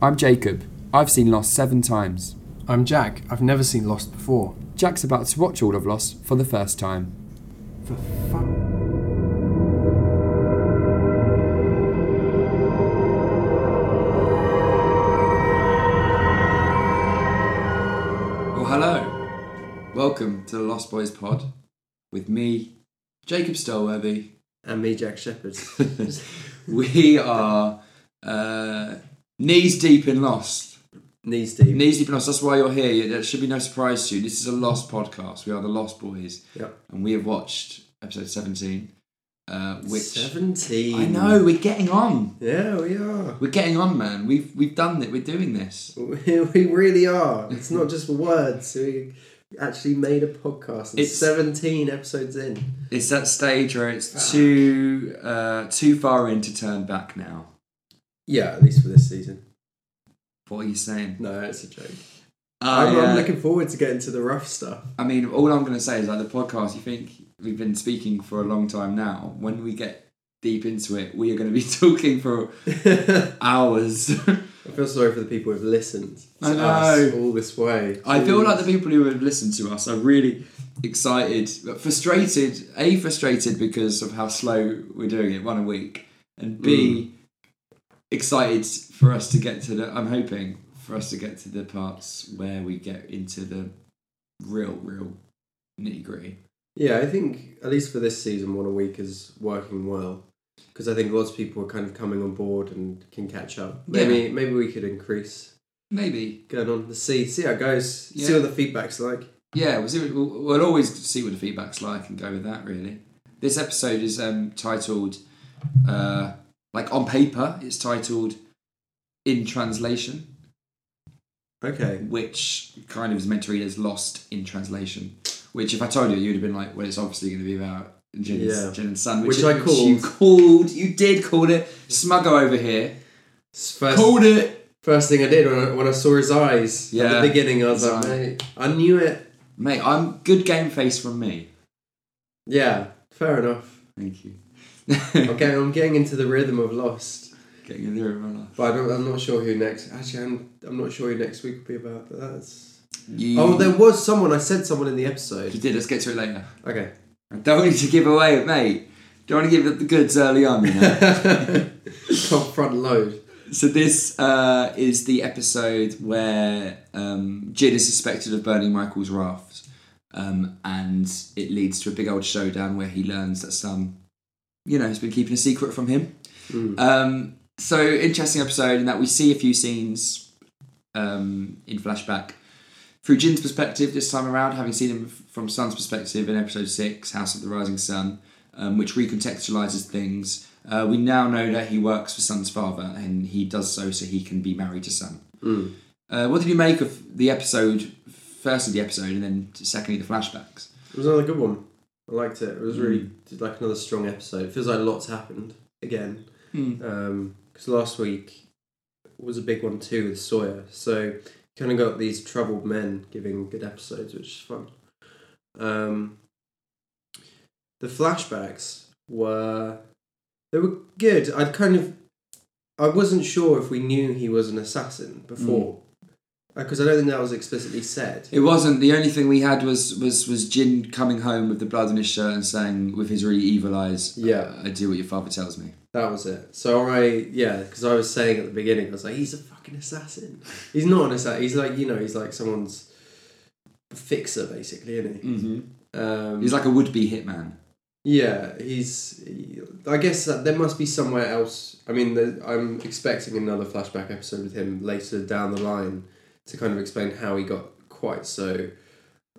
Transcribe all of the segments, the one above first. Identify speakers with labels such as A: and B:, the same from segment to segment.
A: I'm Jacob. I've seen Lost seven times.
B: I'm Jack. I've never seen Lost before.
A: Jack's about to watch all of Lost for the first time.
B: For fuck.
A: Well, hello. Welcome to the Lost Boys pod with me, Jacob Stolworthy.
C: And me, Jack Shepherd.
A: we are uh, knees deep in Lost.
C: Knees deep.
A: Knees deep in Lost. That's why you're here. Yeah, That should be no surprise to you. This is a Lost podcast. We are the Lost Boys,
C: Yep.
A: and we have watched episode 17, uh, which
C: 17.
A: I know we're getting on.
C: Yeah, we are.
A: We're getting on, man. We've we've done it. We're doing this.
C: We we really are. It's not just words. We actually made a podcast. and
A: It's-
C: 17 episodes in.
A: It's that stage where it's too uh, too far in to turn back now.
C: Yeah, at least for this season.
A: What are you saying?
C: No, it's a joke.
A: I,
C: I'm, I'm
A: uh,
C: looking forward to getting to the rough stuff.
A: I mean, all I'm going to say is like the podcast. You think we've been speaking for a long time now? When we get deep into it, we are going to be talking for
C: I
A: hours.
C: feel sorry for the people who've listened to
A: I
C: us
A: know.
C: all this way.
A: I feel
C: Jeez.
A: like the people who have listened to us are really excited, but frustrated. A frustrated because of how slow we're doing it, one a week, and B excited for us to get to the. I'm hoping for us to get to the parts where we get into the real, real nitty gritty.
C: Yeah, I think at least for this season, one a week is working well because I think lots of people are kind of coming on board and can catch up. Maybe maybe we could increase
A: Maybe
C: going on the see see how it goes, see
A: Yeah.
C: what the feedback's like.
A: Yeah, we'll, see, we'll, we'll always see what the feedback's like and go with that, really. This episode is um, titled, uh, like on paper, it's titled In Translation,
C: Okay,
A: which kind of is meant to read as Lost in Translation. Which, if I told you, you'd have been like, well, it's obviously going to be about Jin,
C: Yeah.
A: Jin and Sun,
C: Which I
A: you called, you did call it. Smuggo over here
C: S- first
A: called it.
C: first thing I did when I, when I saw his eyes
A: Yeah.
C: at the beginning, I was
A: His
C: like,
A: eye.
C: mate, I knew it.
A: Mate, I'm good game face from me.
C: Yeah, fair enough.
A: Thank you.
C: Okay, I'm getting into the rhythm of Lost,
A: Getting a lyric on that.
C: but I don't, I'm not sure who next. Actually, I'm I'm not sure who next week will be about. But that's
A: You,
C: oh, there was someone. I said someone in the
A: you
C: episode.
A: did, let's get to it later.
C: Okay.
A: I don't need to give away, mate. Don't want to give up the goods early on, you know.
C: Top front load.
A: so this uh, is the episode where um, Jin is suspected of burning Michael's raft, um, and it leads to a big old showdown where he learns that some, you know, has been keeping a secret from him. Um, so interesting episode in that we see a few scenes um, in flashback through Jin's perspective this time around, having seen him f- from Sun's perspective in episode six, House of the Rising Sun, um, which recontextualizes things. Uh, we now know that he works for Sun's father, and he does so so he can be married to Sun.
C: Hmm.
A: Uh, what did you make of the episode? Firstly, the episode, and then secondly, the flashbacks.
C: It was another good one. I liked it. It was really did like another strong episode. Feels like lots happened again. Hmm.
A: Mm.
C: Because Um, last week was a big one too with Sawyer. So kind of got these troubled men giving good episodes, which is fun. Um, the flashbacks were they were good. I'd kind of I wasn't sure if we knew he was an assassin before because I don't think that was explicitly said.
A: It wasn't the only thing we had was was was Jin coming home with the blood on his shirt and saying with his really evil eyes,
C: Yeah.
A: "I do what your father tells me."
C: That was it. So I, yeah, because I was saying at the beginning, I was like, he's a fucking assassin. He's not an assassin. He's like, you know, he's like someone's fixer, basically, isn't he?
A: Mm-hmm.
C: Um,
A: He's like a would be hitman.
C: yeah, he's. I guess that there must be somewhere else. I mean, there, I'm expecting another flashback episode with him later down the line to kind of explain how he got quite so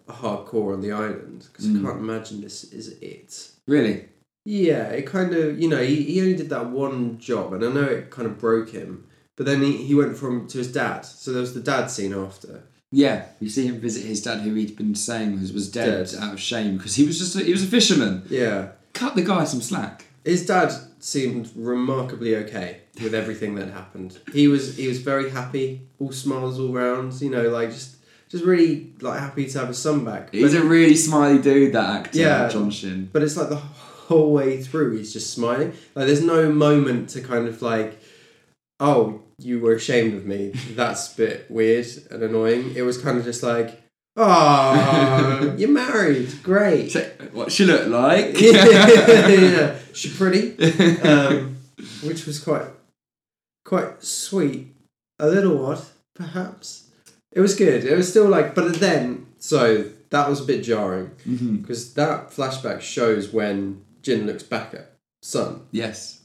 C: hardcore on the island because I
A: Mm.
C: can't imagine this is it.
A: Really?
C: Yeah, it kind of, you know, he, he only did that one job, and I know it kind of broke him. But then he, he went from to his dad, so there was the dad scene after.
A: Yeah. You see him visit his dad, who he'd been saying was, was dead,
C: Dead.
A: out of shame because he was just a, he was a fisherman.
C: Yeah,
A: Cut the guy some slack.
C: his dad seemed remarkably okay with everything that happened. He was he was very happy, all smiles all round. You know, like just just really like happy to have his son back.
A: He's
C: But-
A: a really smiley dude, that actor,
C: Yeah.
A: John Shin.
C: but it's like the whole way through he's just smiling like there's no moment to kind of like oh you were ashamed of me. That's a bit weird and annoying. It was kind of just like, oh, you're married. Great.
A: So, what she looked like? Mm-hmm.
C: yeah, she's pretty. Um, which was quite, quite sweet. A little odd, perhaps. It was good. It was still like, but then, so that was a bit jarring
A: Mhm.
C: because that flashback shows when Jin looks back at Sun.
A: Yes.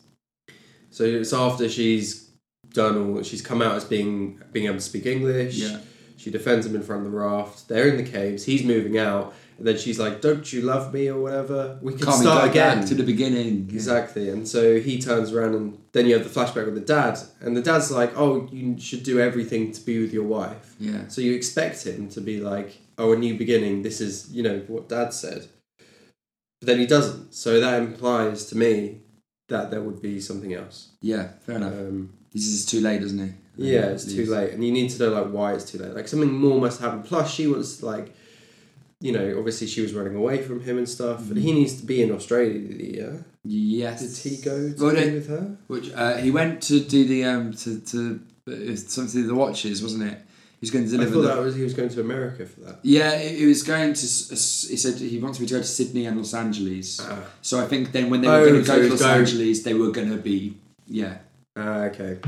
C: So it's after she's done all she's come out as being being able to speak English.
A: Yeah.
C: She defends him in front of the raft. They're in the caves. He's moving out, and then she's like, "Don't you love me?" or whatever. We can
A: Can't we
C: start
A: go back
C: again.
A: to the beginning?
C: Exactly. And so he turns around, and then you have the flashback with the dad, and the dad's like, "Oh, you should do everything to be with your wife."
A: Yeah.
C: So you expect him to be like, "Oh, a new beginning. This is you know what dad said," but then he doesn't. So that implies to me that there would be something else.
A: Yeah. Fair enough.
C: Um,
A: This is too late, isn't it?
C: yeah, it's too
A: Yes.
C: late, and you need to know like why it's too late. Like something more must happen. Plus, she was like, you know, obviously she was running away from him and stuff, and he needs to be in Australia.
A: Yes.
C: Did he go to
A: Well,
C: be
A: no,
C: with her?
A: Which uh, he went to do the um to to uh, something to the watches, wasn't it? He's going to
C: I
A: deliver
C: thought
A: the.
C: that was he was going to America for that.
A: Yeah, he he was going to. s- s- He said he wants me to go to Sydney and Los Angeles.
C: Ah.
A: So I think then when they
C: Oh,
A: were going to
C: so
A: go to
C: he's
A: Los
C: going-
A: Angeles, they were going to be yeah
C: Ah, okay,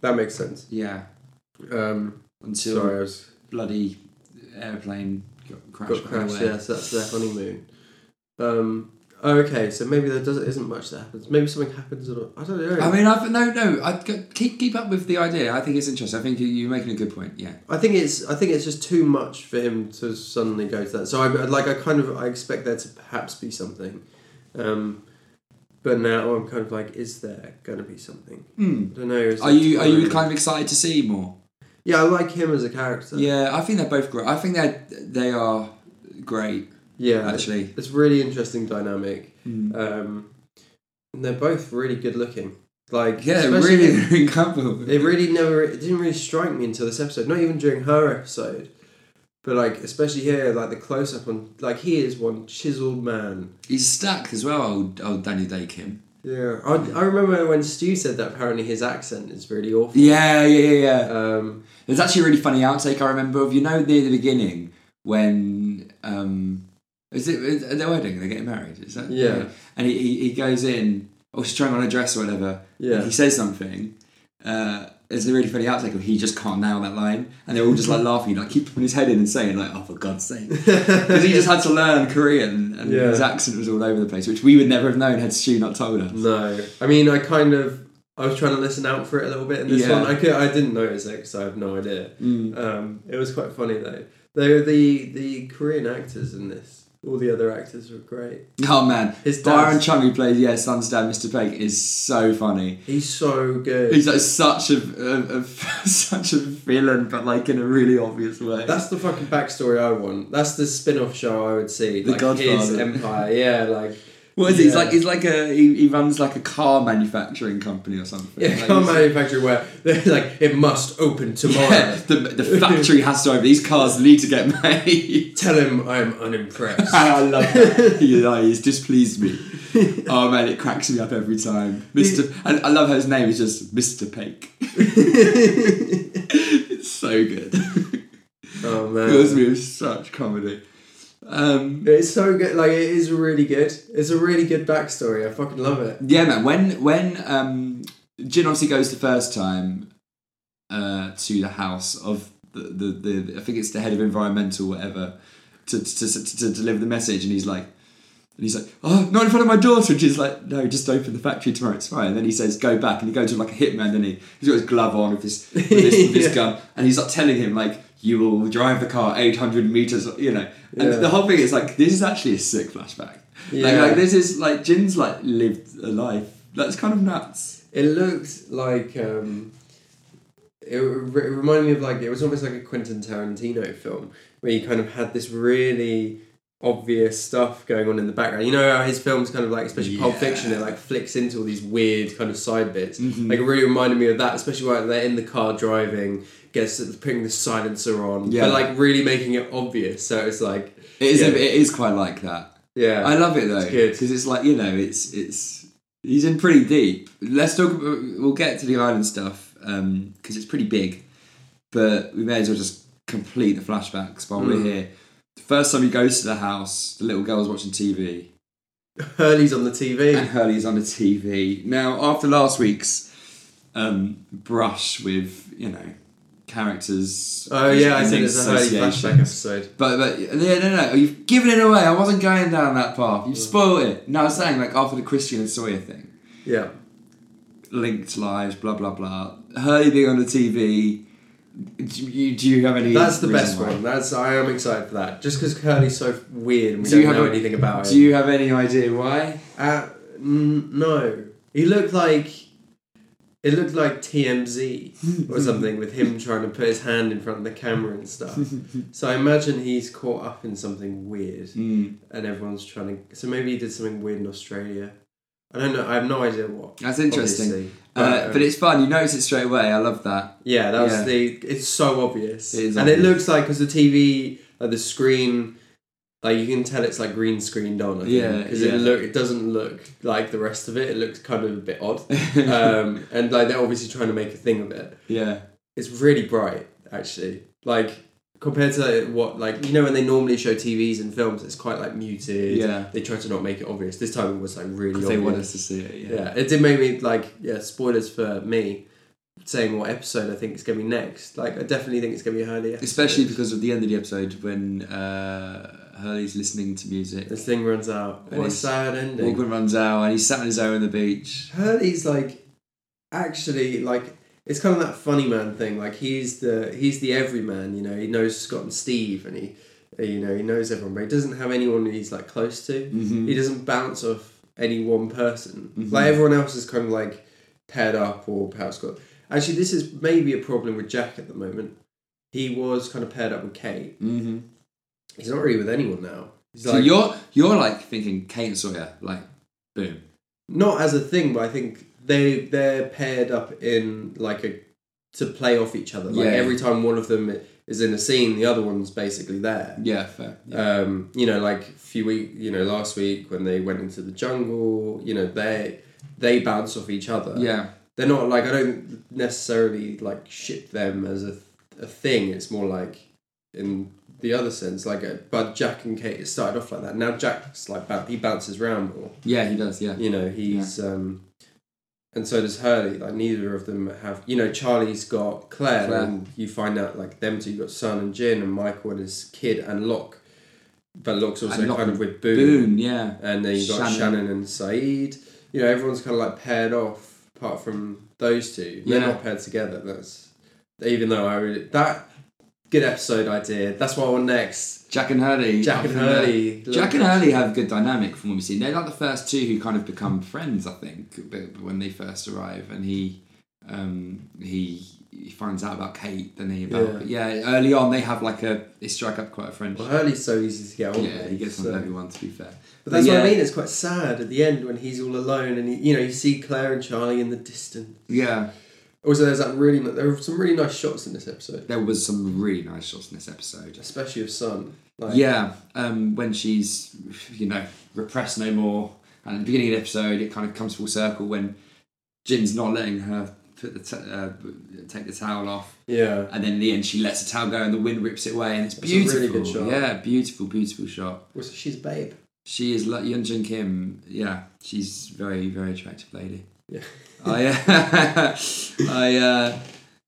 C: that makes sense.
A: yeah
C: Um,
A: until
C: sorry, I was
A: bloody airplane got crashed.
C: got
A: on the
C: crashed.
A: way.
C: Yes, that's their honeymoon. Um, okay, so maybe there doesn't isn't much that happens. Maybe something happens. Or, I don't know.
A: I mean, I've no, no. I keep keep up with the idea. I think it's interesting. I think you- you're making a good point. Yeah,
C: I think it's I think it's just too much for him to suddenly go to that. So I like I kind of I expect there to perhaps be something, um, but now I'm kind of like, is there gonna be something?
A: Hmm.
C: I don't know. is
A: Are
C: it
A: you are you
C: tiring?
A: kind of excited to see more?
C: Yeah, I like him as a character.
A: Yeah, I think they're both great. I think they they are great
C: yeah. It's,
A: actually.
C: it's really interesting dynamic.
A: Mm.
C: Um, and they're both really good looking. Like
A: Yeah, they're
C: especially-
A: really they're in couple.
C: It really never. It didn't really strike me until this episode. Not even during her episode, but like especially here, like the close up on like he is one chiseled man.
A: He's stacked as well, old, old Danny Day Kim.
C: Yeah, I, I remember when Stu said that. Apparently, his accent is really awful.
A: Yeah, yeah, yeah, yeah.
C: Um,
A: There's actually a really funny outtake I remember of you know near the beginning when um is it is it their wedding they're getting married is that
C: Yeah.
A: and he, he, he goes in or she's trying on a dress or whatever
C: Yeah.
A: and he says something uh there's a really funny outtake of he just can't nail that line and they're all just like laughing like keep putting his head in and saying like oh for God's sake because he just had to learn Korean and
C: Yeah.
A: his accent was all over the place which we would never have known had Stu not told us
C: no, I mean, I kind of. I was trying to listen out for it a little bit in this
A: Yeah.
C: one. I could, I didn't notice it because I have no idea.
A: Mm.
C: Um, it was quite funny though. Though the the Korean actors in this, all the other actors were great.
A: oh man
C: His dad-
A: Byron Chung who plays yeah Son's dad Mr. Peg is so funny
C: He's so good.
A: He's like such a, a, a such a villain, but like in a really obvious way.
C: That's the fucking backstory I want. That's the spin-off show I would see.
A: The
C: like his
A: Godfather.
C: empire. Yeah, like
A: what is he? He's
C: yeah.
A: like he's like a he, he runs like a car manufacturing company or something.
C: yeah,
A: Like,
C: car
A: he's-
C: manufacturer where they're like it must open tomorrow.
A: yeah, the, the factory has to open. These cars need to get made.
C: Tell him I'm unimpressed.
A: I love that. you know, he's displeased me. Oh man, it cracks me up every time. Mr. And I love how his name is just Mr. Pake. it's so good.
C: oh
A: It was
C: man,
A: me with such comedy. Um,
C: it's so good. Like it is really good. It's a really good backstory. I fucking love it.
A: Yeah, man. When when um, Jin obviously goes the first time uh, to the house of the, the, the I think it's the head of environmental whatever to to, to, to deliver the message, and he's like. And he's like, oh, not in front of my daughter. And she's like, no, just open the factory tomorrow. It's fine. And then he says, go back. And he goes to like a hitman, doesn't he? He's got his glove on with this, with this, with this
C: Yeah.
A: gun. And he's like telling him, like, you will drive the car 800 meters, you know. And
C: Yeah.
A: the whole thing is like, this is actually a sick flashback. Like,
C: Yeah.
A: like, this is like Jin's like lived a life. That's kind of nuts.
C: It looked like um, it, re- it reminded me of like it was almost like a Quentin Tarantino film where you kind of had this really obvious stuff going on in the background. You know how his films kind of like, especially Pulp
A: Yeah.
C: Fiction, it like flicks into all these weird kind of side bits.
A: Mm-hmm.
C: Like it really reminded me of that, especially when they're in the car driving, gets putting the silencer on,
A: Yeah.
C: but like really making it obvious. So it's like
A: It is.
C: Yeah.
A: A, it is quite like that.
C: yeah,
A: I love it though
C: good.
A: because it's, like you know it's it's he's in pretty deep. Let's talk. We'll get to the island stuff. because it's pretty big. But we may as well just complete the flashbacks while we're
C: Mm.
A: here. The first time he goes to the house, the little girl's watching TV.
C: Hurley's on the
A: and
C: TV.
A: Hurley's on the TV. Now, after last week's um, brush with, you know, characters.
C: Oh yeah, I
A: and
C: think there's a Hurley flashback
A: associations.
C: episode.
A: But, but, yeah, no, no, you've given it away. I wasn't going down that path. You've spoiled it. No, I was saying, like, after the Christian and Sawyer thing,
C: Yeah,
A: linked lives, blah, blah, blah. Hurley being on the TV. Do you, do you have any.
C: that's the
A: reason
C: best
A: why?
C: one. That's I am excited for that. Just because Hurley's so weird and we
A: Do
C: do
A: you
C: not
A: have
C: know
A: a-
C: anything about
A: Do
C: him.
A: you have any idea why?
C: Uh, n- no, he looked like it looked like TMZ or something with him trying to put his hand in front of the camera and stuff. so I imagine he's caught up in something weird.
A: Mm.
C: and everyone's trying to. So maybe he did something weird in Australia. I don't know. I have no idea what.
A: That's interesting.
C: obviously.
A: Uh,
C: um,
A: but it's fun. You notice it straight away. I love that.
C: yeah, that was
A: yeah.
C: the. It's so obvious,
A: It is
C: and it
A: obvious.
C: looks like because the TV, like the screen, like you can tell it's like green screened on. I think,
A: Yeah,
C: because
A: yeah.
C: it look it doesn't look like the rest of it. It looks kind of a bit odd, um, and like they're obviously trying to make a thing of it.
A: yeah.
C: It's really bright, actually. Like compared to what, like you know, when they normally show TVs and films, it's quite like muted.
A: Yeah.
C: They tried to not make it obvious. This time it was like really
A: Because
C: obvious.
A: they want us to see it.
C: yeah. it did make me like yeah. Spoilers for me, saying what episode I think is gonna be next. Like I definitely think it's gonna be Hurley. episode.
A: Especially because of the end of the episode when uh, Hurley's listening to music.
C: this thing runs out.
A: And
C: What a
A: it's-
C: sad ending.
A: Morgan runs out and he's sat on his own on the beach.
C: Hurley's like actually like it's kind of that funny man thing. Like he's the he's the everyman. You know, he knows Scott and Steve, and he you know he knows everyone, but he doesn't have anyone he's like close to.
A: Mm-hmm.
C: He doesn't bounce off any one person. Like everyone else is kind of like paired up or power squad. Actually, this is maybe a problem with Jack at the moment. He was kind of paired up with Kate.
A: Mm-hmm.
C: He's not really with anyone now. He's
A: So
C: like
A: you're you're like thinking Kate and Sawyer, like boom.
C: not as a thing, but I think they they're paired up in like a to play off each other. Like
A: Yeah.
C: every time one of them is in a scene, the other one's basically there.
A: Yeah, fair. Yeah.
C: Um, you know, like a few week, you know, last week when they went into the jungle, you know, they they bounce off each other.
A: yeah.
C: they're not like I don't necessarily like ship them as a a thing. It's more like in the other sense, like uh but Jack and Kate it started off like that. Now Jack's like boun- he bounces around more
A: Yeah, he does, yeah.
C: you know he's um and so does Hurley like neither of them have you know Charlie's got Claire,
A: Claire.
C: and you find out like them two got Son and Jin and Michael and his kid and Locke but Locke's also
A: And Locke
C: kind of
A: and
C: with Boone,
A: Boom, yeah.
C: and then you got
A: Shannon.
C: Shannon and Saeed you know everyone's kind of like paired off apart from those two they're
A: Yeah.
C: not paired together that's even though I really that good episode idea that's what I want next
A: Jack and Hurley.
C: Jack
A: I
C: and
A: think
C: Hurley.
A: they're- Jack and Hurley have a good dynamic from what we've seen. They're like the first two who kind of become friends, I think, b- when they first arrive. And he um, he, he finds out about Kate, then he about. But Yeah. early on they have like a. They strike up quite a friendship.
C: well Hurley's so easy to get on
A: yeah,
C: with
A: he gets on
C: so-
A: with everyone, to be fair.
C: But that's what I
A: yeah,
C: mean. It's quite sad at the end when he's all alone, and he, you know you see Claire and Charlie in the distance.
A: Yeah,
C: Also, there's that really ni- there are some really nice shots in this episode,
A: there was some really nice shots in this episode.
C: especially of Sun. Like,
A: Yeah, um, when she's, you know, repressed no more. And at the beginning of the episode, it kind of comes full circle when Jin's not letting her put the t- uh, take the towel off.
C: yeah.
A: And then in the end, she lets the towel go and the wind rips it away. And it's
C: It's a really
A: beautiful.
C: good shot.
A: Yeah, beautiful, beautiful shot.
C: Also, she's a babe.
A: She is like Yunjin Kim. Yeah, she's very, very attractive lady.
C: Yeah.
A: I, uh, I, uh,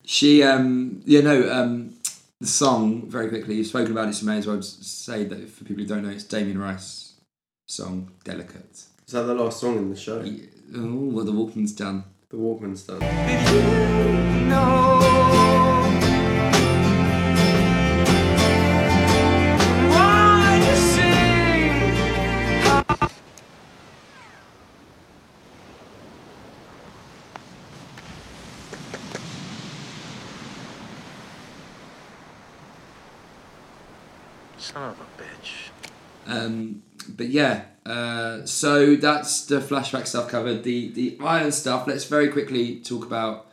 A: she, um, you know, um, the song very quickly. You've spoken about it, so may as well s- say that for people who don't know, it's Damien Rice song "Delicate."
C: Is that the last song in the show?
A: Yeah. Oh, what the Walkman's done.
C: The Walkman's done.
D: Son of a bitch.
A: Um, but yeah, uh, so that's the flashback stuff covered. The the iron stuff. Let's very quickly talk about.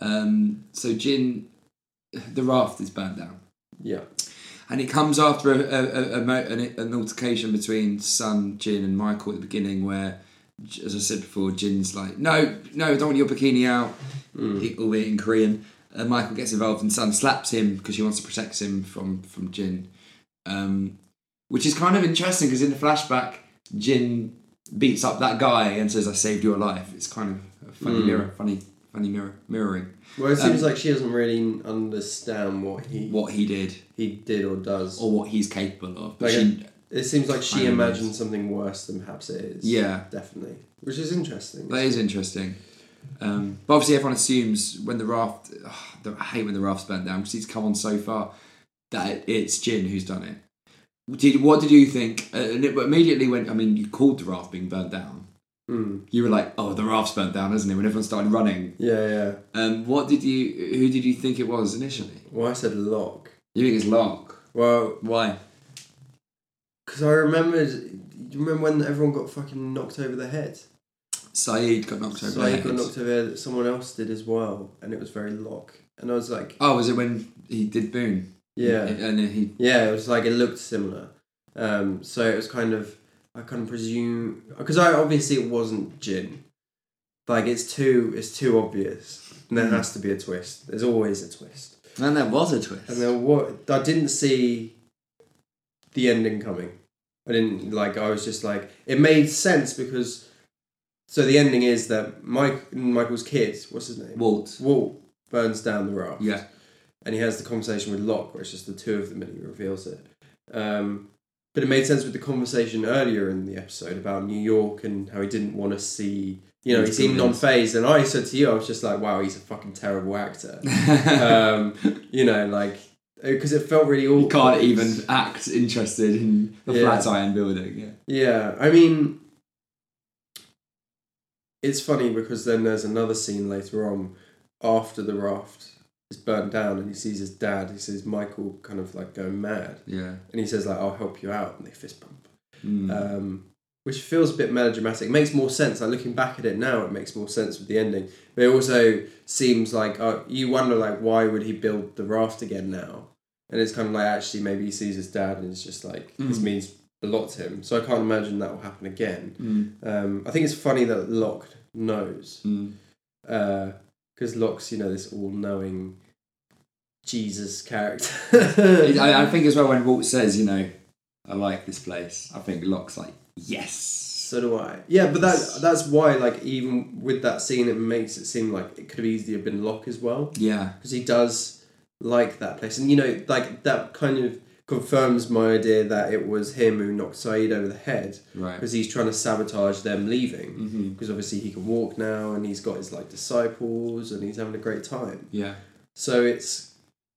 A: Um, so Jin, the raft is burnt down,
C: Yeah.
A: and it comes after a, a, a, a mo- an, an altercation between Sun, Jin, and Michael at the beginning, where J- as I said before, Jin's like, no, no, don't want your bikini out, It- albeit in Korean. Uh, Michael gets involved and Sun slaps him because she wants to protect him from from Jin, um, which is kind of interesting because in the flashback, Jin beats up that guy and says, "I saved your life." It's kind of a funny mirror, funny, funny mirror mirroring
C: Well, it seems like she doesn't really understand what he
A: Um, what he did
C: he did or does.
A: or what he's capable of. But
C: like
A: she,
C: it seems like she
A: I don't know.
C: imagined something worse than perhaps it is.
A: Yeah.
C: definitely, which is interesting.
A: That is interesting. Um, but obviously, everyone assumes when the raft. ugh, the, I hate when the raft's burnt down because it's come on so far that it, it's Jin who's done it. Did what did you think? Uh, and it immediately went. I mean, you called the raft being burnt down.
C: Mm.
A: You were like, "Oh, the raft's burnt down, isn't it?" When everyone started running,
C: Yeah, yeah.
A: um, what did you? Who did you think it was initially?
C: Well, I said lock.
A: You think it's Lark?
C: Well,
A: Why?
C: because I remembered. Do you remember when everyone got fucking knocked over the head?
A: Saeed got knocked over.
C: so
A: the
C: I
A: head.
C: got knocked over. the head, Someone else did as well, and it was very lock. And I was like,
A: Oh, was it when he did Boone?
C: yeah,
A: and then he
C: yeah. It was like it looked similar. Um, so it was kind of I kind of presume because I obviously it wasn't gin. Like it's too it's too obvious. And
A: Hmm.
C: there has to be a twist. There's always a twist.
A: and there was a twist.
C: And then what? I didn't see the ending coming. I didn't like. I was just like, it made sense because. So the ending is that Mike Michael's kid, what's his name?
A: Walt.
C: Walt burns down the raft.
A: Yeah.
C: And he has the conversation with Locke, where it's just the two of them, and he reveals it. Um, but it made sense with the conversation earlier in the episode about New York and how he didn't want to see. You know, he
A: He's
C: seemed
A: convinced.
C: non-phased, and I said to you, I was just like, "Wow, he's a fucking terrible actor." um, you know, like because it felt really awkward.
A: You can't even act interested in the
C: Yeah.
A: Flatiron building. Yeah.
C: Yeah, I mean, it's funny because then there's another scene later on after the raft is burned down, and he sees his dad. He sees Michael kind of like go mad,
A: Yeah.
C: and he says like, "I'll help you out," and they fist bump.
A: Mm.
C: Um, which feels a bit melodramatic. makes more sense. Like looking back at it now, it makes more sense with the ending. But it also seems like uh, you wonder like why would he build the raft again now? And it's kind of like actually maybe he sees his dad and it's just like this
A: Mm.
C: means a lot to him. So I can't imagine that will happen again.
A: Mm.
C: Um, I think it's funny that Locke knows
A: Mm.
C: because Locke's you know this all knowing Jesus character. yeah,
A: I, I think as well when Walt says, you know, I like this place. I think Locke's like, yes.
C: So do I. Yeah, but that that's why like even with that scene, it makes it seem like it could have easily have been Locke as well
A: Yeah.
C: because he does like that place, and you know like that kind of confirms my idea that it was him who knocked Saeed over the head
A: Right.
C: because he's trying to sabotage them leaving
A: Mm-hmm.
C: because obviously he can walk now and he's got his like disciples and he's having a great time.
A: Yeah.
C: So it's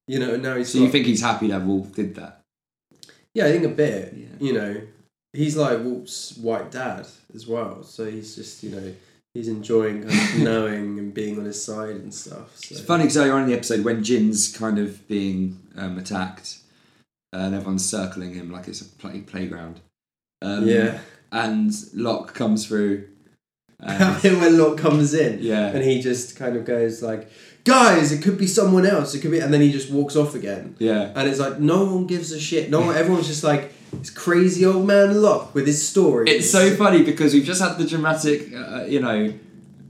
C: you know now he's
A: So you
C: got-
A: think he's happy that Walt did that?
C: Yeah, I think a bit.
A: Yeah.
C: You know, he's like Walt's white dad as well, so he's just you know he's enjoying kind of knowing and being on his side and stuff. So.
A: It's funny because earlier on in the episode when Jin's kind of being um, attacked uh, and everyone's circling him like it's a play- playground. Um,
C: yeah,
A: And Locke comes through. and-
C: when Locke comes in,
A: Yeah.
C: and he just kind of goes like, "Guys, it could be someone else. It could be," and then he just walks off again.
A: yeah.
C: And it's like no one gives a shit. No one, everyone's just like this crazy old man Locke with his story.
A: It's so funny because we've just had the dramatic, uh, you know,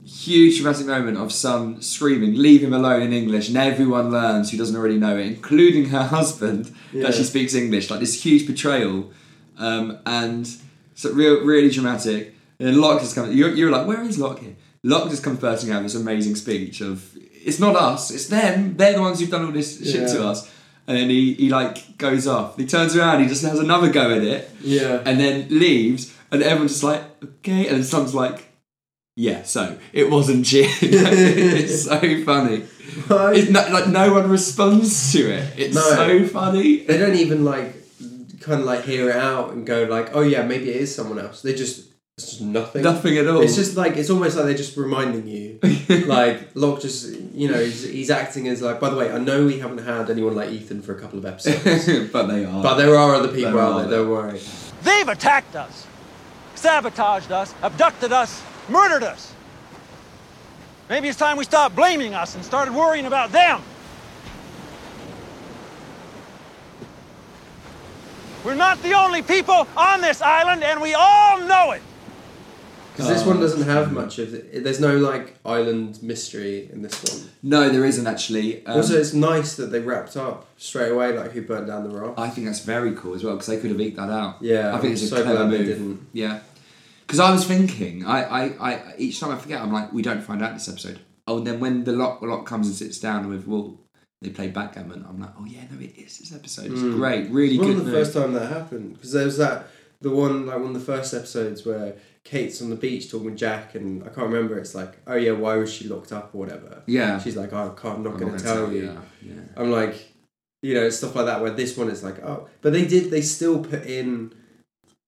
A: huge dramatic moment of Sun screaming, "Leave him alone" in English, and everyone learns who doesn't already know it, including her husband,
C: Yeah.
A: that she speaks English. Like this huge betrayal, um, and so real, really dramatic. And then Locke just comes. You're, you're like, where is Locke here? Locke just comes bursting out with this amazing speech of, "It's not us, it's them. They're the ones who've done all this shit to
C: Yeah.
A: us." And then he, he like goes off. He turns around. He just has another go at it
C: yeah.
A: and then leaves, and everyone's just like, okay, and then Sun's like, yeah, so it wasn't Jin. it's so funny. It's no, like no one responds to it. It's
C: No.
A: so funny.
C: they don't even like kind of like hear it out and go like oh yeah maybe it is someone else they just it's just nothing
A: Nothing at all.
C: it's just like it's almost like they're just reminding you like Locke just you know he's, he's acting as like by the way I know we haven't had anyone like Ethan for a couple of episodes
A: but they are.
C: but there are other people
A: There
C: out
A: are.
C: there don't worry
E: They've attacked us, sabotaged us, abducted us, murdered us. Maybe it's time we stopped blaming us and started worrying about them. We're not the only people on this island, and we all know it.
C: Because this one doesn't have much of it. There's no like island mystery in this one.
A: No, there isn't actually. Um,
C: also, it's nice that they wrapped up straight away, like who burned down the rock.
A: I think that's very cool as well because they could have eked that out.
C: Yeah,
A: I think it's a
C: I'm so
A: clever
C: glad they
A: move.
C: didn't.
A: Yeah, because I was thinking, I, I, I, each time I forget, I'm like, we don't find out this episode. Oh, and then when the lot, lot comes and sits down with Walt, they play backgammon. I'm like, oh yeah, no, it is this episode. It's great, really
C: Hmm. One
A: good.
C: of the
A: move.
C: first time that happened because there was that the one like one of the first episodes where Kate's on the beach talking with Jack and I can't remember. It's like oh yeah, why was she locked up or whatever?
A: Yeah.
C: she's like oh, I can't, I'm not
A: I'm
C: going
A: not
C: to
A: gonna
C: tell you.
A: Yeah, yeah.
C: I'm like, you know, stuff like that. Where this one is like, oh, but they did. They still put in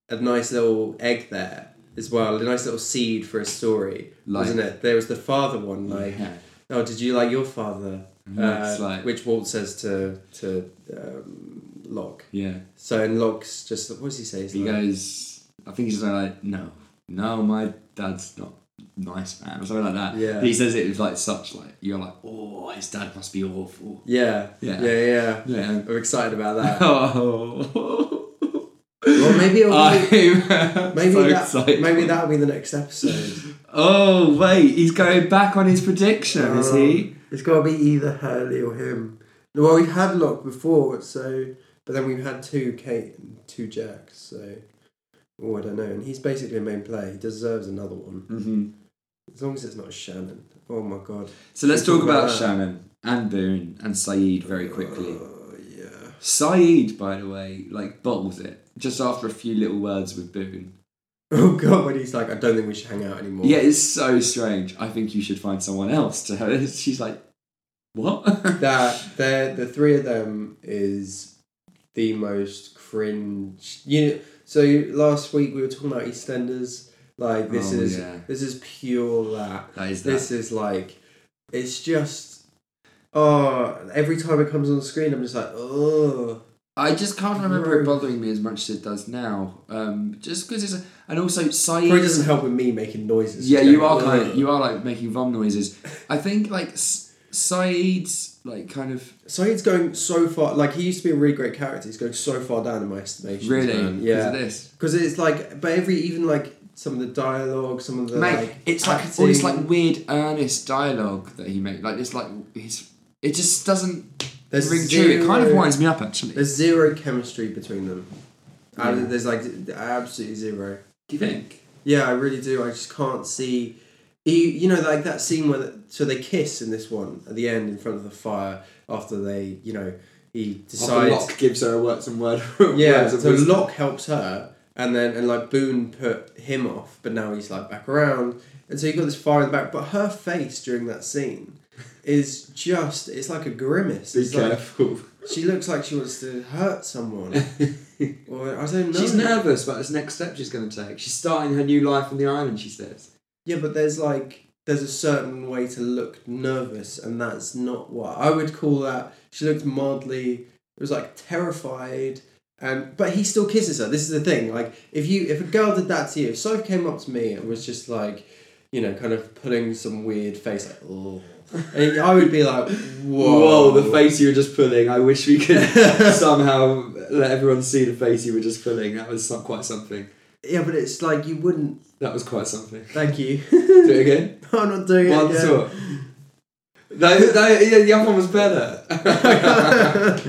C: a nice little egg there as well, a nice little seed for a story,
A: Like-
C: wasn't it? There was the father one, like,
A: Yeah.
C: oh, did you like your father?
A: Yeah, it's
C: Uh,
A: like-
C: which Walt says to to um, Locke.
A: Yeah.
C: So and Locke's just what does he say? He's
A: He
C: like,
A: goes, I think he's like, no, no, my dad's not nice man or something like that.
C: Yeah.
A: He says it with like such like you're like, oh, his dad must be awful.
C: yeah,
A: Yeah.
C: yeah, yeah, yeah,
A: Yeah.
C: I'm excited about that.
A: Oh.
C: well, maybe it'll be,
A: I'm
C: maybe
A: so
C: that
A: excited.
C: maybe that'll be the next episode.
A: Oh wait, he's going back on his prediction, is he?
C: Um, It's got to be either Hurley or him. Well, we've had Locke before, so but then we've had two Kate and two Jacks, so oh, I don't know. And he's basically a main player. He deserves another one,
A: Mm-hmm.
C: as long as it's not Shannon. Oh my god.
A: So let's
C: We'll
A: talk about
C: that.
A: Shannon and Boone and Saeed very quickly.
C: Oh yeah.
A: Saeed, by the way, like bottles it just after a few little words with Boone.
C: Oh god, when he's like, I don't think we should hang out anymore.
A: Yeah, it's so strange. I think you should find someone else to have. She's like, what?
C: That the the three of them is the most cringe. You know, so last week we were talking about EastEnders. Like this
A: Oh,
C: is
A: yeah.
C: this is pure that.
A: That is
C: This is like, it's just. Oh, every time it comes on screen, I'm just like, oh.
A: I just can't remember it
C: Mm-hmm.
A: bothering me as much as it does now. Um, just because it's a, and also Saeed.
C: Probably doesn't help with me making noises.
A: yeah,
C: Just
A: you are
C: going,
A: kind
C: "Ugh."
A: of, you are like making vom noises. I think like S- Saeed's like kind of
C: So he's going so far. Like he used to be a really great character. He's going so far down in my estimation.
A: really
C: man.
A: yeah.
C: yeah.
A: this.
C: Because it's like, but every even like some of the dialogue, some of the
A: Mate,
C: like,
A: it's like all
C: acting-
A: this like weird earnest dialogue that he made. Like it's like his it just doesn't
C: There's
A: ring true. It kind of
C: zero-
A: winds me up actually.
C: There's zero chemistry between them.
A: Yeah.
C: And there's like absolutely zero.
A: Do you think?
C: Yeah, I really do. I just can't see. You, you know, like that scene where so they kiss in this one at the end in front of the fire after they, you know, he decides.
A: gives her words and word.
C: Yeah, so Locke helps her, and then and like Boone put him off, but now he's like back around, and so you got this fire in the back. But her face during that scene is just—it's like a grimace. it's like, she looks like she wants to hurt someone, or I don't know.
A: She's nervous about this next step she's going to take. She's starting her new life on the island. She says.
C: Yeah, but there's like there's a certain way to look nervous, and that's not what I would call that. She looked mildly. It was like terrified, and but he still kisses her. This is the thing. Like if you if a girl did that to you, if Soph came up to me and was just like, you know, kind of putting some weird face, like oh, and I would be like, whoa,
A: Whoa. the face you were just pulling. I wish we could somehow let everyone see the face you were just pulling. That was some, quite something.
C: Yeah, but it's like you wouldn't.
A: That was quite something.
C: Thank you.
A: Do it again.
C: I'm not doing
A: One
C: it again.
A: two. No, no, yeah, the other one was better.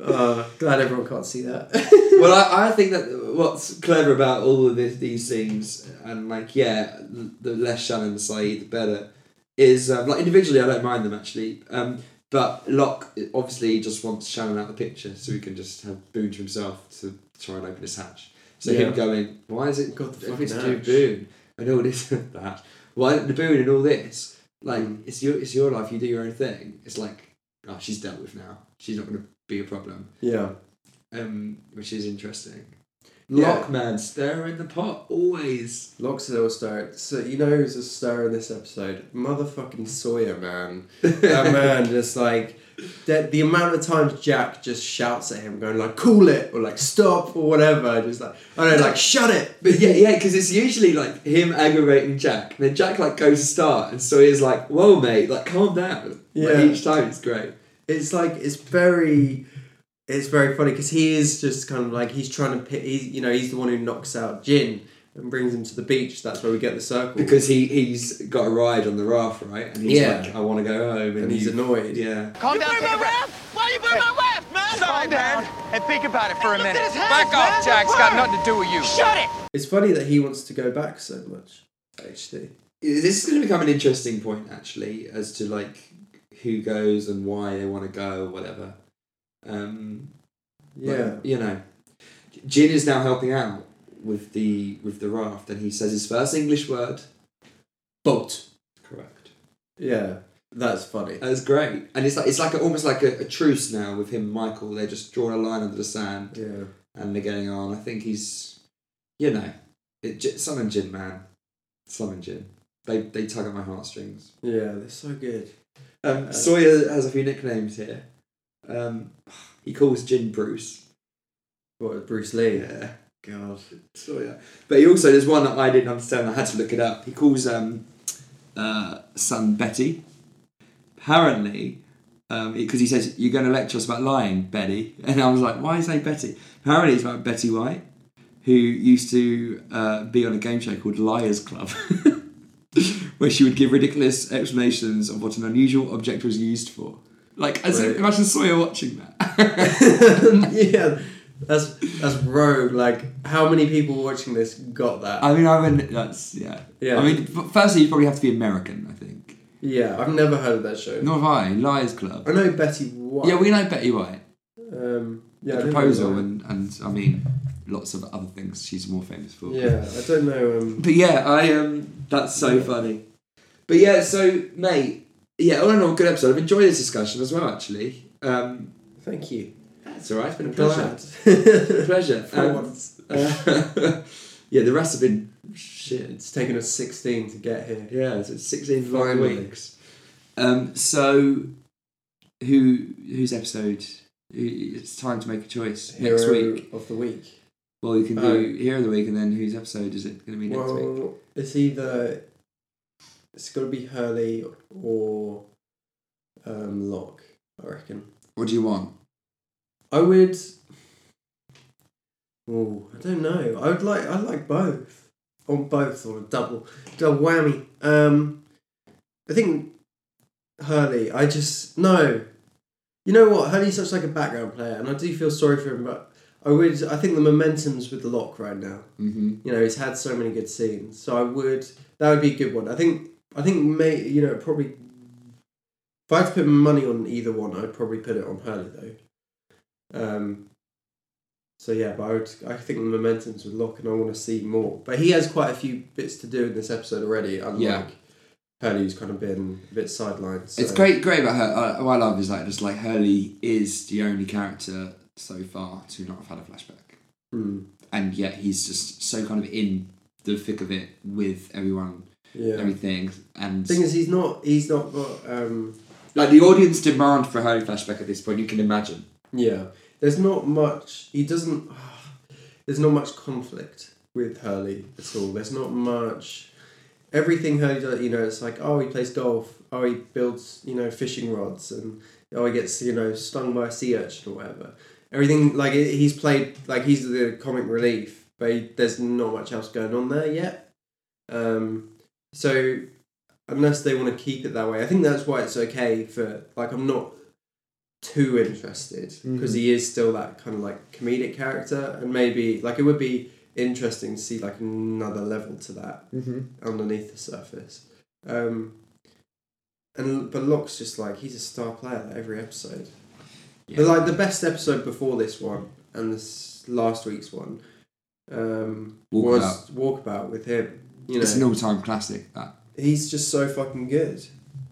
C: Uh, glad everyone can't see that.
A: well, I, I think that what's clever about all of this, these scenes, and like, yeah, the less Shannon Saeed, the better, is um, like individually, I don't mind them actually. Um, but Locke obviously just wants Shannon out of the picture so he can just have Boone to himself to try and open his hatch. So
C: Yeah.
A: him going, why is it
C: God,
A: got
C: the
A: everything to do
C: fucking
A: with
C: hatch."
A: Boone and all this and that? Why the Boone and all this? Like,
C: Hmm.
A: it's your it's your life. You do your own thing. It's like, oh, she's dealt with now. She's not going to be a problem
C: Yeah.
A: um, which is interesting.
C: Yeah.
A: Lockman, stir in the pot, always.
C: Locke's a little star. So you know who's a star in this episode? Motherfucking Sawyer, man. that man just like the, the amount of times Jack just shouts at him, going like "Cool it" or like "Stop" or whatever. Just like I don't know, like "Shut it."
A: But yeah, yeah, because it's usually like him aggravating Jack, and then Jack like goes to start, and Sawyer's like, "Whoa, mate, like calm down." Like,
C: Yeah.
A: each time it's great.
C: It's like it's very, it's very funny because he is just kind of like he's trying to pick. He's you know he's the one who knocks out Jin. and brings him to the beach. That's where we get the circle.
A: Because he, he's got a ride on the raft, right? And he's
C: Yeah.
A: like, I want to go home. And,
C: And he's
A: you-
C: annoyed.
A: Yeah.
F: Calm down, take a breath.
G: Why you burn my raft, man?
F: Calm down and think about it for a
G: Look at
F: minute.
G: his hands,
F: Back
G: man,
F: off,
G: they're
F: Jack. It's got
G: burned.
F: nothing to do with you.
G: Shut it!
C: It's funny that he wants to go back so much. Actually,
A: This is going to become an interesting point, actually, as to like who goes and why they want to go or whatever. Um, but,
C: yeah.
A: you know, Jin is now helping out with the with the raft, and he says his first English word, boat. Correct.
C: Yeah, that's funny.
A: That's great, and it's like it's like a, almost like a, a truce now with him, and Michael. They're just drawing a line under the sand,
C: Yeah,
A: and they're getting on. I think he's, you know, it, J- Sun and Jin, man, Sun and Jin. They they tug at my heartstrings.
C: yeah, they're so good.
A: Um, Sawyer has a few nicknames here. Um, he calls Jin Bruce.
C: What Bruce Lee?
A: Yeah,
C: God.
A: Sawyer. But he also there's one that I didn't understand. I had to look it up. He calls um, uh, son Betty. Apparently, because he says you're going to lecture us about lying, Betty, and I was like, why is he Betty? Apparently, it's about Betty White, who used to uh, be on a game show called Liars Club. Where she would give ridiculous explanations of what an unusual object was used for. Like, as
C: Right.
A: imagine Sawyer watching that.
C: yeah, that's that's rogue. Like, how many people watching this got that?
A: I mean, I mean, that's yeah.
C: Yeah.
A: I mean, f- firstly, you probably have to be American. I think.
C: yeah, I've never heard of that show.
A: Nor have I. Liars Club.
C: I know Betty White.
A: Yeah, we know Betty White.
C: Um,
A: The
C: yeah, I don't know
A: proposal
C: why.
A: and and I mean, lots of other things she's more famous for.
C: Yeah, I don't know. Um,
A: But yeah, I um, that's so funny. But yeah, so mate, yeah, all in all, good episode. I've enjoyed this discussion as well. Actually, um,
C: thank you.
A: that's all right. It's been a pleasure.
C: Glad.
A: Pleasure.
C: For
A: Um,
C: once.
A: uh, yeah, the rest have been shit.
C: It's taken us sixteen to get here.
A: Yeah, so it's 16 long
C: Finally.
A: weeks. Um, so, who whose episode? It's time to make a choice next
C: Hero
A: week.
C: of the week.
A: Well, you can do
C: Oh.
A: Hero of the Week and then whose episode is it going to be next week?
C: Well, it's either it's got to be Hurley or um, Locke, I reckon.
A: What do you want?
C: I would. Oh, I don't know. I would like. I would like both. On both or a double, double whammy. Um, I think Hurley. I just no. You know what? Hurley's such like a background player, and I do feel sorry for him. But I would. I think the momentum's with the lock right now.
A: Mm-hmm.
C: You know, he's had so many good scenes. So I would that would be a good one. I think I think may you know, probably if I had to put money on either one, I'd probably put it on Hurley though. Um so yeah, but I would I think the momentum's with Locke and I want to see more. But he has quite a few bits to do in this episode already, unlike
A: Yeah.
C: Hurley who's kind of been a bit sidelined. So.
A: It's great, great about her. Uh, what I love is like just like Hurley is the only character so far to not have had a flashback,
C: Mm,
A: and yet he's just so kind of in the thick of it with everyone,
C: yeah.
A: everything, and
C: thing is he's not he's not got um
A: like the audience demand for a Hurley flashback at this point. You can imagine.
C: Yeah, there's not much. He doesn't. there's not much conflict with Hurley at all. There's not much. Everything Hurley does, you know, it's like oh he plays golf, oh he builds, you know, fishing rods, and oh he gets you know stung by a sea urchin or whatever. Everything like he- he's played like he's the comic relief, but he, there's not much else going on there yet. Um, so unless they want to keep it that way, I think that's why it's okay for like I'm not too interested because he is still that kind of like comedic character and maybe like it would be interesting to see like another level to that underneath the surface um and but Locke's just like he's a star player like, every episode but like the best episode before this one and this last week's one um was walkabout with him you know
A: It's an all-time classic. That
C: he's just so fucking good.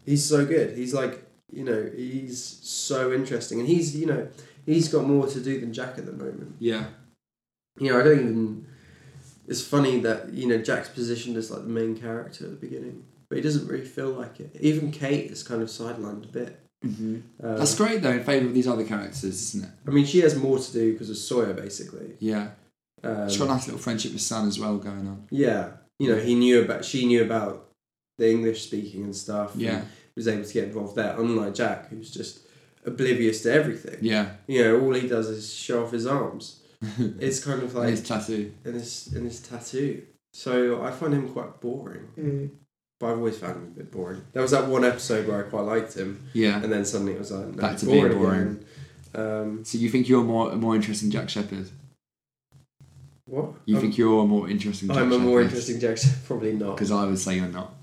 C: He's so good. He's like, you know, he's so interesting. And he's, you know, he's got more to do than Jack at the moment.
A: yeah,
C: You know, I don't even. It's funny that, you know, Jack's positioned as like the main character at the beginning, but he doesn't really feel like it. Even Kate is kind of sidelined a bit. Uh,
A: that's great though. In favour of these other characters, isn't it?
C: I mean, she has more to do because of Sawyer, basically.
A: Yeah,
C: Um,
A: she's got a nice little friendship with Sam as well going on.
C: Yeah, you know, he knew about she knew about the English speaking and stuff. and
A: Yeah.
C: was able to get involved there. Unlike Jack, who's just oblivious to everything.
A: Yeah,
C: You know, all he does is show off his arms. it's kind of
A: and
C: like
A: his tattoo.
C: and his and his tattoo. So I find him quite boring. But I've always found him a bit boring. There was that one episode where I quite liked him,
A: Yeah.
C: and then suddenly it was like no,
A: Back to
C: he's
A: being boring.
C: again. Um,
A: So you think you're more a more interesting Jack Shepherd?
C: what?
A: You
C: I'm,
A: think you're a more interesting? Jack
C: Um, I'm a more interesting Jack. Shepherd? Probably not.
A: Because I would say you're not.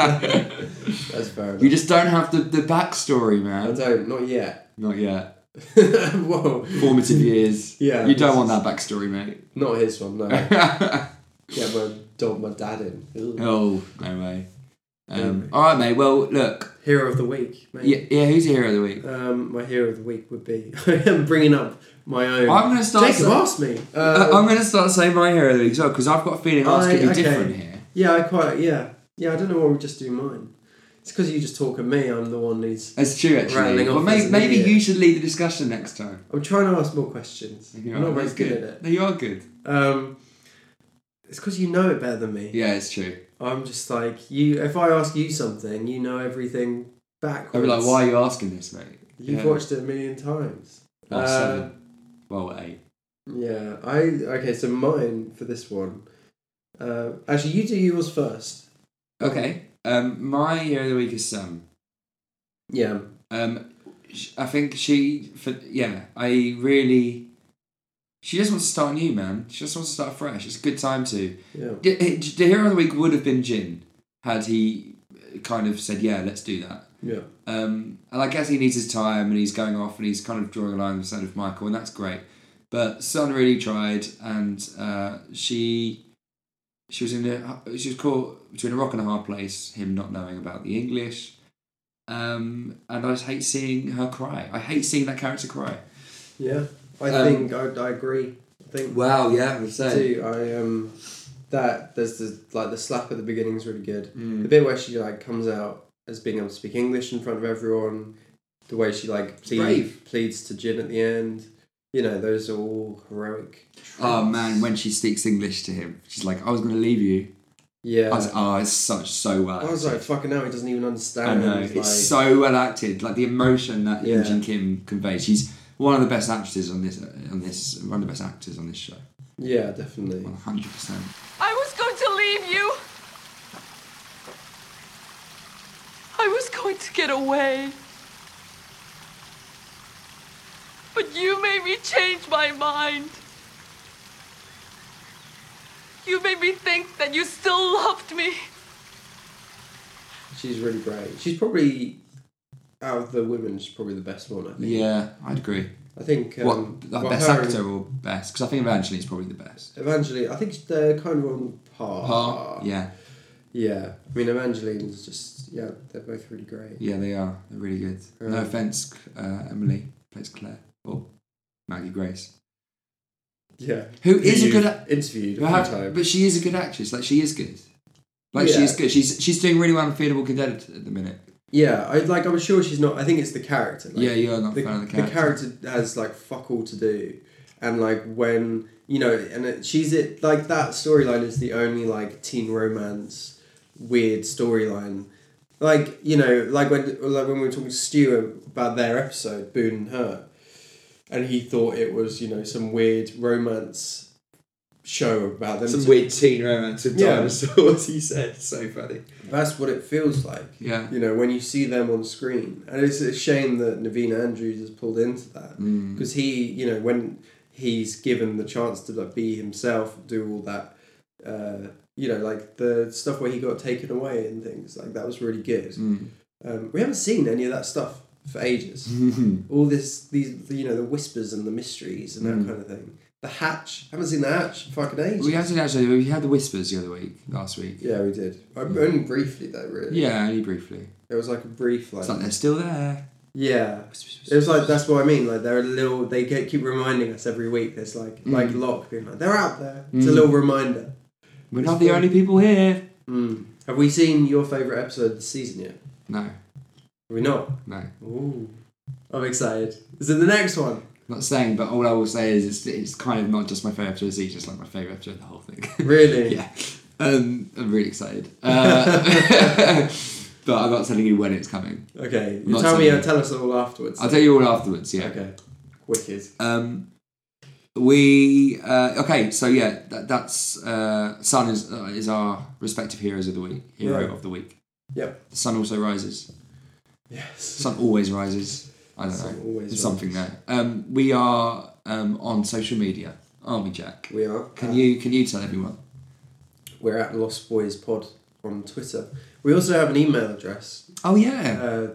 C: That's fair enough.
A: you just don't have the, the backstory,
C: I
A: man.
C: don't. Not yet.
A: Not yet.
C: Whoa.
A: Formative years.
C: Yeah,
A: You don't
C: this
A: want
C: is-
A: that backstory, mate.
C: Not his one. No. Get my dog, my dad in. Ugh.
A: oh no way. Um,
C: Anyway.
A: all right, mate. Well, look.
C: Hero of the week. Mate.
A: Yeah, yeah. Who's the hero of the week?
C: Um, my hero of the week would be. I'm bringing up my own.
A: I'm gonna start
C: Uh, Jacob
A: some-
C: asked me.
A: Uh,
C: Uh,
A: I'm going to start saying my hero of the week as well because I've got a feeling ours
C: I-
A: could be
C: okay.
A: different here.
C: yeah, I quite. Yeah, yeah. I don't know why we just do mine. It's because you just talk at me. I'm the one who's.
A: That's true, actually.
C: Rattling
A: well,
C: off
A: may,
C: as an
A: maybe
C: idiot.
A: you should lead the discussion next time.
C: I'm trying to ask more questions.
A: You're
C: I'm not
A: right,
C: very
A: that's
C: good
A: good.
C: at it.
A: No, you are good.
C: Um, it's because you know it better than me.
A: Yeah, it's true.
C: I'm just like you. If I ask you something, you know everything
A: I'd be
C: backwards.
A: like, why are you asking this, mate? Yeah.
C: You've watched it a million times.
A: Well,
C: Uh,
A: seven. Well, eight.
C: Yeah, I okay. So mine for this one. Uh, actually, you do yours first.
A: Okay. Um, my hero of the week is Sam.
C: Yeah,
A: Um, sh- I think she, for, yeah, I really. She just wants to start new, man. She just wants to start fresh. It's a good time to.
C: yeah,
A: D- eh, The hero of the week would have been Jin, had he eh, kind of said, "Yeah, let's do that."
C: yeah.
A: Um, and I guess he needs his time, and he's going off, and he's kind of drawing a line in the sand with Michael, and that's great. But Sun really tried, and uh, she she was in a she was caught between a rock and a hard place. Him not knowing about the English, um, and I just hate seeing her cry. I hate seeing that character cry.
C: Yeah, I
A: Um,
C: think I, I agree. I think
A: Wow, yeah, I would say.
C: too. I um, that there's the like the slap at the beginning is really good.
A: Mm.
C: The bit where she like comes out as being able to speak English in front of everyone, the way she like plead,
A: brave.
C: pleads to Jin at the end. You know, those are all heroic.
A: Oh man, when she speaks English to him, she's like, "I was going to leave you."
C: Yeah,
A: I was, oh, it's such so well.
C: I was
A: acted.
C: like, fucking hell, he doesn't even
A: I
C: understand.
A: know.
C: like-
A: uh, It's so well acted. Like the emotion that
C: Yeah.
A: Yoon Jin Kim conveys. She's one of the best actresses on this on this one of the best actors on this show.
C: yeah, definitely.
A: One hundred percent.
G: I was going to leave you. I was going to get away. But you made me change my mind. You made me think that you still loved me.
C: She's really great. She's probably out of the women. She's probably the best one. I think.
A: Yeah, I'd agree.
C: I think um,
A: What like
C: well,
A: best
C: her and-
A: actor or best? Because I think Evangeline is probably the best.
C: Evangeline, I think they're kind of on par.
A: Par. Yeah,
C: Yeah. I mean, Evangeline's just, yeah, they're both really great.
A: yeah, they are. They're really good. no
C: Um,
A: offense, uh, Emily plays Claire or Maggie Grace,
C: Yeah.
A: who is a
C: You've
A: good. a-
C: interviewed
A: But
C: a few
A: how-
C: times.
A: But she is a good actress. Like she is good. Like she
C: Yeah.
A: is good. She's she's doing really well in Feedable Cadet at the minute.
C: Yeah, I like. I'm sure she's not. I think it's the character. Like,
A: Yeah, you are not a
C: the,
A: fan of the
C: The character has like fuck all to do, and like when you know, and it, she's it like that storyline is the only like teen romance weird storyline. Like you know, like when like when we were talking to Stu about their episode Boone and her, and he thought it was you know some weird romance show about them. two.
A: teen romance with
C: Yeah.
A: dinosaurs. He said so funny.
C: That's what it feels like.
A: Yeah.
C: you know, when you see them on screen. And it's a shame that Naveen Andrews has pulled into that
A: Mm.
C: because he, you know, when he's given the chance to like, be himself, do all that, uh, you know, like the stuff where he got taken away and things like that was really good.
A: Mm.
C: Um, we haven't seen any of that stuff for ages. all this, these, you know, the whispers and the mysteries and that kind of thing. The hatch, haven't seen the hatch in fucking ages.
A: Mm. We actually actually we had the whispers the other week last week.
C: yeah, we did. I- Only briefly though, really.
A: Yeah, only briefly.
C: It was like a brief,
A: It's like they're still there.
C: Yeah, it was like that's what I mean. Like they're a little. They get keep reminding us every week. There's like
A: Mm.
C: like Locke being like they're out there. It's a little reminder.
A: We're not the only people here.
C: Have we seen your favorite episode of the season yet? Have
A: No,
C: we not?
A: no.
C: Ooh, I'm excited. Is it the next one?
A: Not saying, but all I will say is it's, it's kind of not just my favourite episode of the season, it's like my favourite episode of the whole thing.
C: Really?
A: yeah. Um, I'm really excited. Uh, but I'm not telling you when it's coming.
C: Okay.
A: Not
C: tell me.
A: seen it.
C: Tell us all afterwards.
A: I'll tell you all afterwards, yeah.
C: Okay. Wicked.
A: Um, we uh, okay. So yeah, that, that's uh, Sun is uh, is our respective heroes of the week. Hero
C: Yeah.
A: of the week.
C: Yep.
A: The sun also rises.
C: Yes.
A: Sun always rises. I don't
C: Sun
A: know.
C: always
A: There's something
C: rises.
A: there. Um, we are um, on social media, aren't we, Jack?
C: We are.
A: Can
C: at-
A: you can you tell everyone?
C: We're at Lost Boys Pod on Twitter. We also have an email address.
A: Oh yeah.
C: Uh,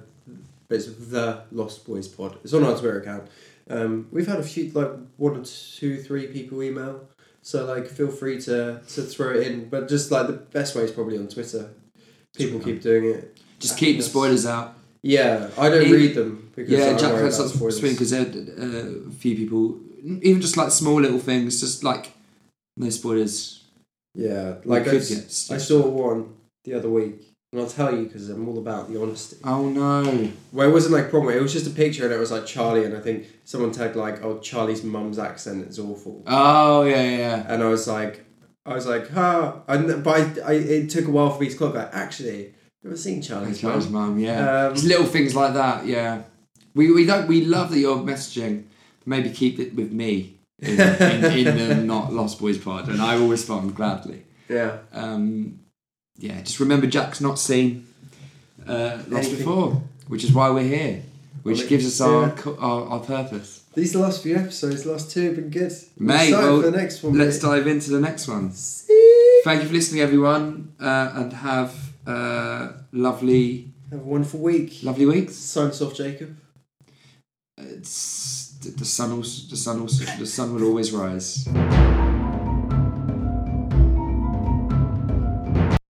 C: it's the Lost Boys Pod. It's on our Twitter account. Um, we've had a few, like one or two, three people email. So like, feel free to to throw it in. But just like the best way is probably on Twitter. People keep doing it.
A: Just keep the
C: that's-
A: spoilers out.
C: Yeah, I don't
A: Even-
C: read them because
A: Yeah,
C: I'm
A: Jack
C: worried
A: had
C: about
A: such
C: spoilers.
A: spoilers because there uh, a few people, even just like small little things, just like no spoilers.
C: Yeah, like I,
A: could
C: s-
A: get
C: I
A: stuff.
C: saw one the other week, and I'll tell you because I'm all about the honesty.
A: Oh no.
C: Well, it wasn't like promo. It was just a picture, and it was like Charlie, and I think someone tagged like, "Oh, Charlie's mum's accent is awful,"
A: Oh yeah, yeah, yeah.
C: and I was like, I was like, "Ha!" And by I, it took a while for me to clock. Like, actually, I've never seen
A: Like
C: Charlie's
A: Charles'
C: mum.
A: mum, yeah.
C: Um,
A: Just little things like that, yeah. We we don't we love that you're messaging. Maybe keep it with me in, in, in the not Lost Boys pod, and I will respond gladly.
C: Yeah,
A: Um, yeah, just remember Jack's not seen uh, Lost
C: Anything.
A: before, which is why we're here, which
C: Well, it-
A: gives us our,
C: yeah.
A: co- our our purpose.
C: these last few episodes, last two have been good. I'm
A: Mate,
C: excited
A: well,
C: for the next one.
A: let's
C: mate.
A: dive into the next one.
C: See?
A: Thank you for listening, everyone, uh, and have uh, lovely
C: Have a wonderful week.
A: lovely weeks.
C: Sign us off, Jacob.
A: it's the sun also the sun also the sun will always rise.